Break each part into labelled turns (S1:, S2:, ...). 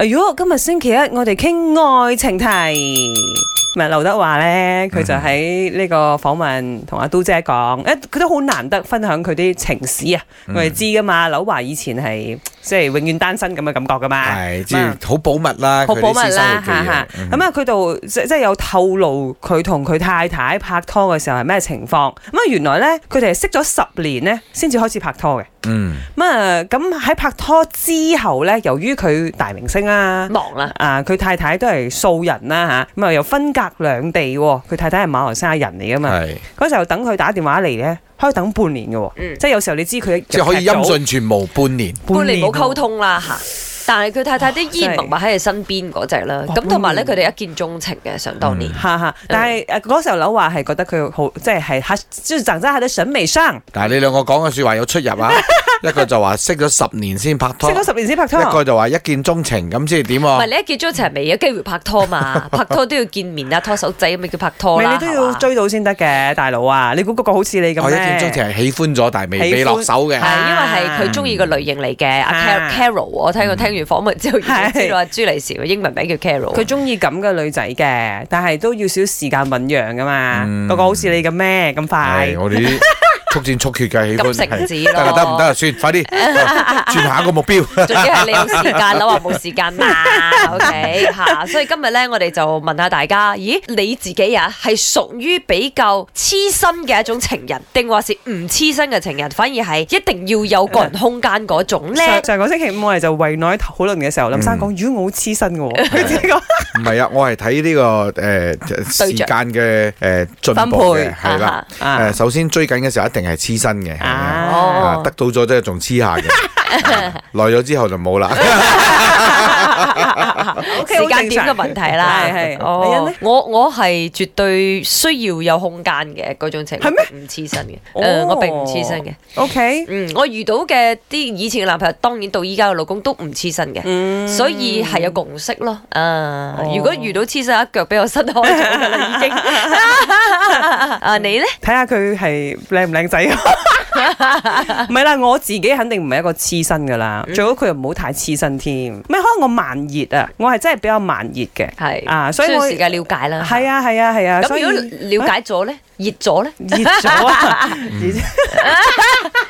S1: 哎如果今日星期一，我哋傾愛情題，咪劉德華咧，佢
S2: 嗯
S1: 就喺呢個訪問同阿都姐講，誒佢都好難得分享佢啲情史啊！
S2: 嗯
S1: 我哋知噶嘛，劉華以前係即係永遠單身咁嘅感覺噶嘛，
S2: 係，即
S1: 嗯
S2: 係好保密啦，
S1: 好
S2: 佢哋
S1: 保密
S2: 私生
S1: 啦，
S2: 活嘅
S1: 嚇
S2: 嘢
S1: 嚇。
S2: 嗯
S1: 咁啊，佢度即即係有透露佢同佢太太拍拖嘅時候係咩情況。咁啊，原來咧佢哋係識咗十年咧先至開始拍拖嘅。
S2: 嗯，
S1: 咁啊，咁喺拍拖之後咧，由於佢大明星啦。
S3: 忙啦，
S1: 啊，佢太太都係素人啦吓，咁啊又分隔兩地喎。佢太太係馬來西亞人嚟噶嘛，
S2: 係，
S1: 嗰時候等佢打電話嚟咧，可以等半年嘅喎，
S3: 嗯
S1: 即係有時候你知佢
S2: 即係可以
S1: 入
S2: 音
S1: 劇組
S2: 訊全無半年，
S3: 半年冇溝
S1: 喎，
S3: 通啦吓。但係佢太太都依然默默喺佢身邊嗰只啦，
S1: 哇
S3: 咁同埋咧佢
S1: 半
S3: 哋一見鍾情嘅，想當年
S2: 嗯
S1: 嚇嚇。但係誒嗰時候柳華係覺得佢好，即係係嚇，即係長真喺啲審美上，
S2: 但係你兩個講嘅説話有出入啊， 一個就話識咗十年先拍
S1: 識
S2: 拖，
S1: 咗十哦年先拍
S2: 一
S1: 拖
S2: 個。就話一見鍾情咁先係點啊
S3: 唔係
S2: 喎？
S3: 你一見鍾情係未有機會拍 拖嘛？拍拖都要見面啊，拖手仔咁咪叫拍
S1: 唔
S3: 拖
S1: 係
S3: 啦。
S1: 你都要
S3: 係嘛
S1: 追到先得嘅，大佬啊！你估嗰個好似你咁
S2: 哦我一
S1: 咩？
S2: 見鍾情係喜歡咗，但係未
S1: 喜歡
S2: 未落手嘅
S1: 係，
S3: 係因為係佢中意個類型嚟嘅。
S1: 啊
S3: 阿 Carol，Carol，我聽佢聽完訪問之後已
S1: 係
S3: 經知道阿朱麗倩嘅英文名叫 Carol。
S1: 佢中意咁嘅女仔嘅，但係都要少少時間醖釀噶嘛。
S2: 嗯
S1: 個個好似你咁咩咁快
S2: 係？我哋 啲速戰速決嘅喜歡，
S3: 咁食
S2: 係
S3: 子
S2: 得啦
S3: 咯，
S2: 得唔得啊？算，快 啲轉下一個目標。
S3: 仲要係你有時間啦，話冇時 間嘛，OK 嚇，所以今日咧，我哋就問下大家，咦，你自己啊，係屬於比較黐身嘅一種情人，定話是唔黐身嘅情人，反而係一定要有個人空間嗰種 咧
S1: 上？上個星期五我哋就圍內討論嘅時候，林生講：，如果我好黐身嘅喎，佢自己講
S2: 唔係啊，我係睇呢個誒
S3: 象
S2: 時間嘅誒進
S1: 分
S2: 步嘅，
S1: 配
S2: 係啦。
S1: 啊
S2: 誒，首先追緊嘅時候一定係黐身嘅，係咪啊
S3: 哦
S2: 得到咗即係仲黐下嘅， 啊耐咗之後就冇啦。
S1: ，OK，
S3: 時
S1: 好
S3: 間
S1: 正
S3: 點
S1: 常
S3: 嘅問題啦，
S1: 係係你人
S3: 哦
S1: 咧，
S3: 我我係絕對需要有空間嘅嗰種情人，
S1: 係咩
S3: 唔黐身嘅，
S1: 哦
S3: 誒，我並唔黐身嘅，
S1: ，OK，
S3: 嗯，我遇到嘅啲以前嘅男朋友，當然到依家嘅老公都唔黐身嘅，
S1: 嗯
S3: 所以係有共識咯。啊，
S1: 哦
S3: 如果遇到黐身一腳俾我伸開咗㗎啦，已 經。啊，你咧？
S1: 睇下佢係靚唔靚 仔啊？唔係啦，我自己肯定唔係一個黐身噶啦，
S3: 嗯
S1: 最好佢又唔好太黐身添。咩可能我慢熱啊，我係真係比較慢熱嘅，
S3: 係
S1: 啊，所
S3: 需
S1: 以
S3: 要
S1: 我
S3: 時間了解啦。
S1: 係啊係啊係啊，所
S3: 咁
S1: 以
S3: 如果了解咗咧，熱咗咧，
S1: 熱咗啊！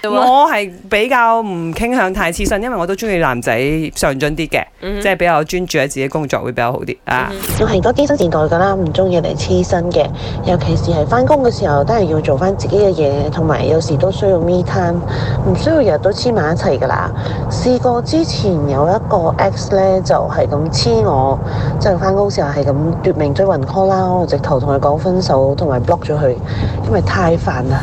S1: 熱我係比較唔傾向太黐身，因為我都中意男仔上進啲嘅，即係比較專注喺自己工作會比較好啲啊。
S4: 我係嗰機身時代㗎啦，唔中意嚟黐身嘅，尤其是係翻工嘅時候，都係要做翻自己嘅嘢，同埋有時都需要 me time，唔需要日日都黐埋一齊㗎啦。試過之前有一個 ex 咧，就係咁黐我，即係翻工時候係咁奪命追魂 call 啦，我直頭同佢講分手，同埋 block 咗佢，因為太煩啦。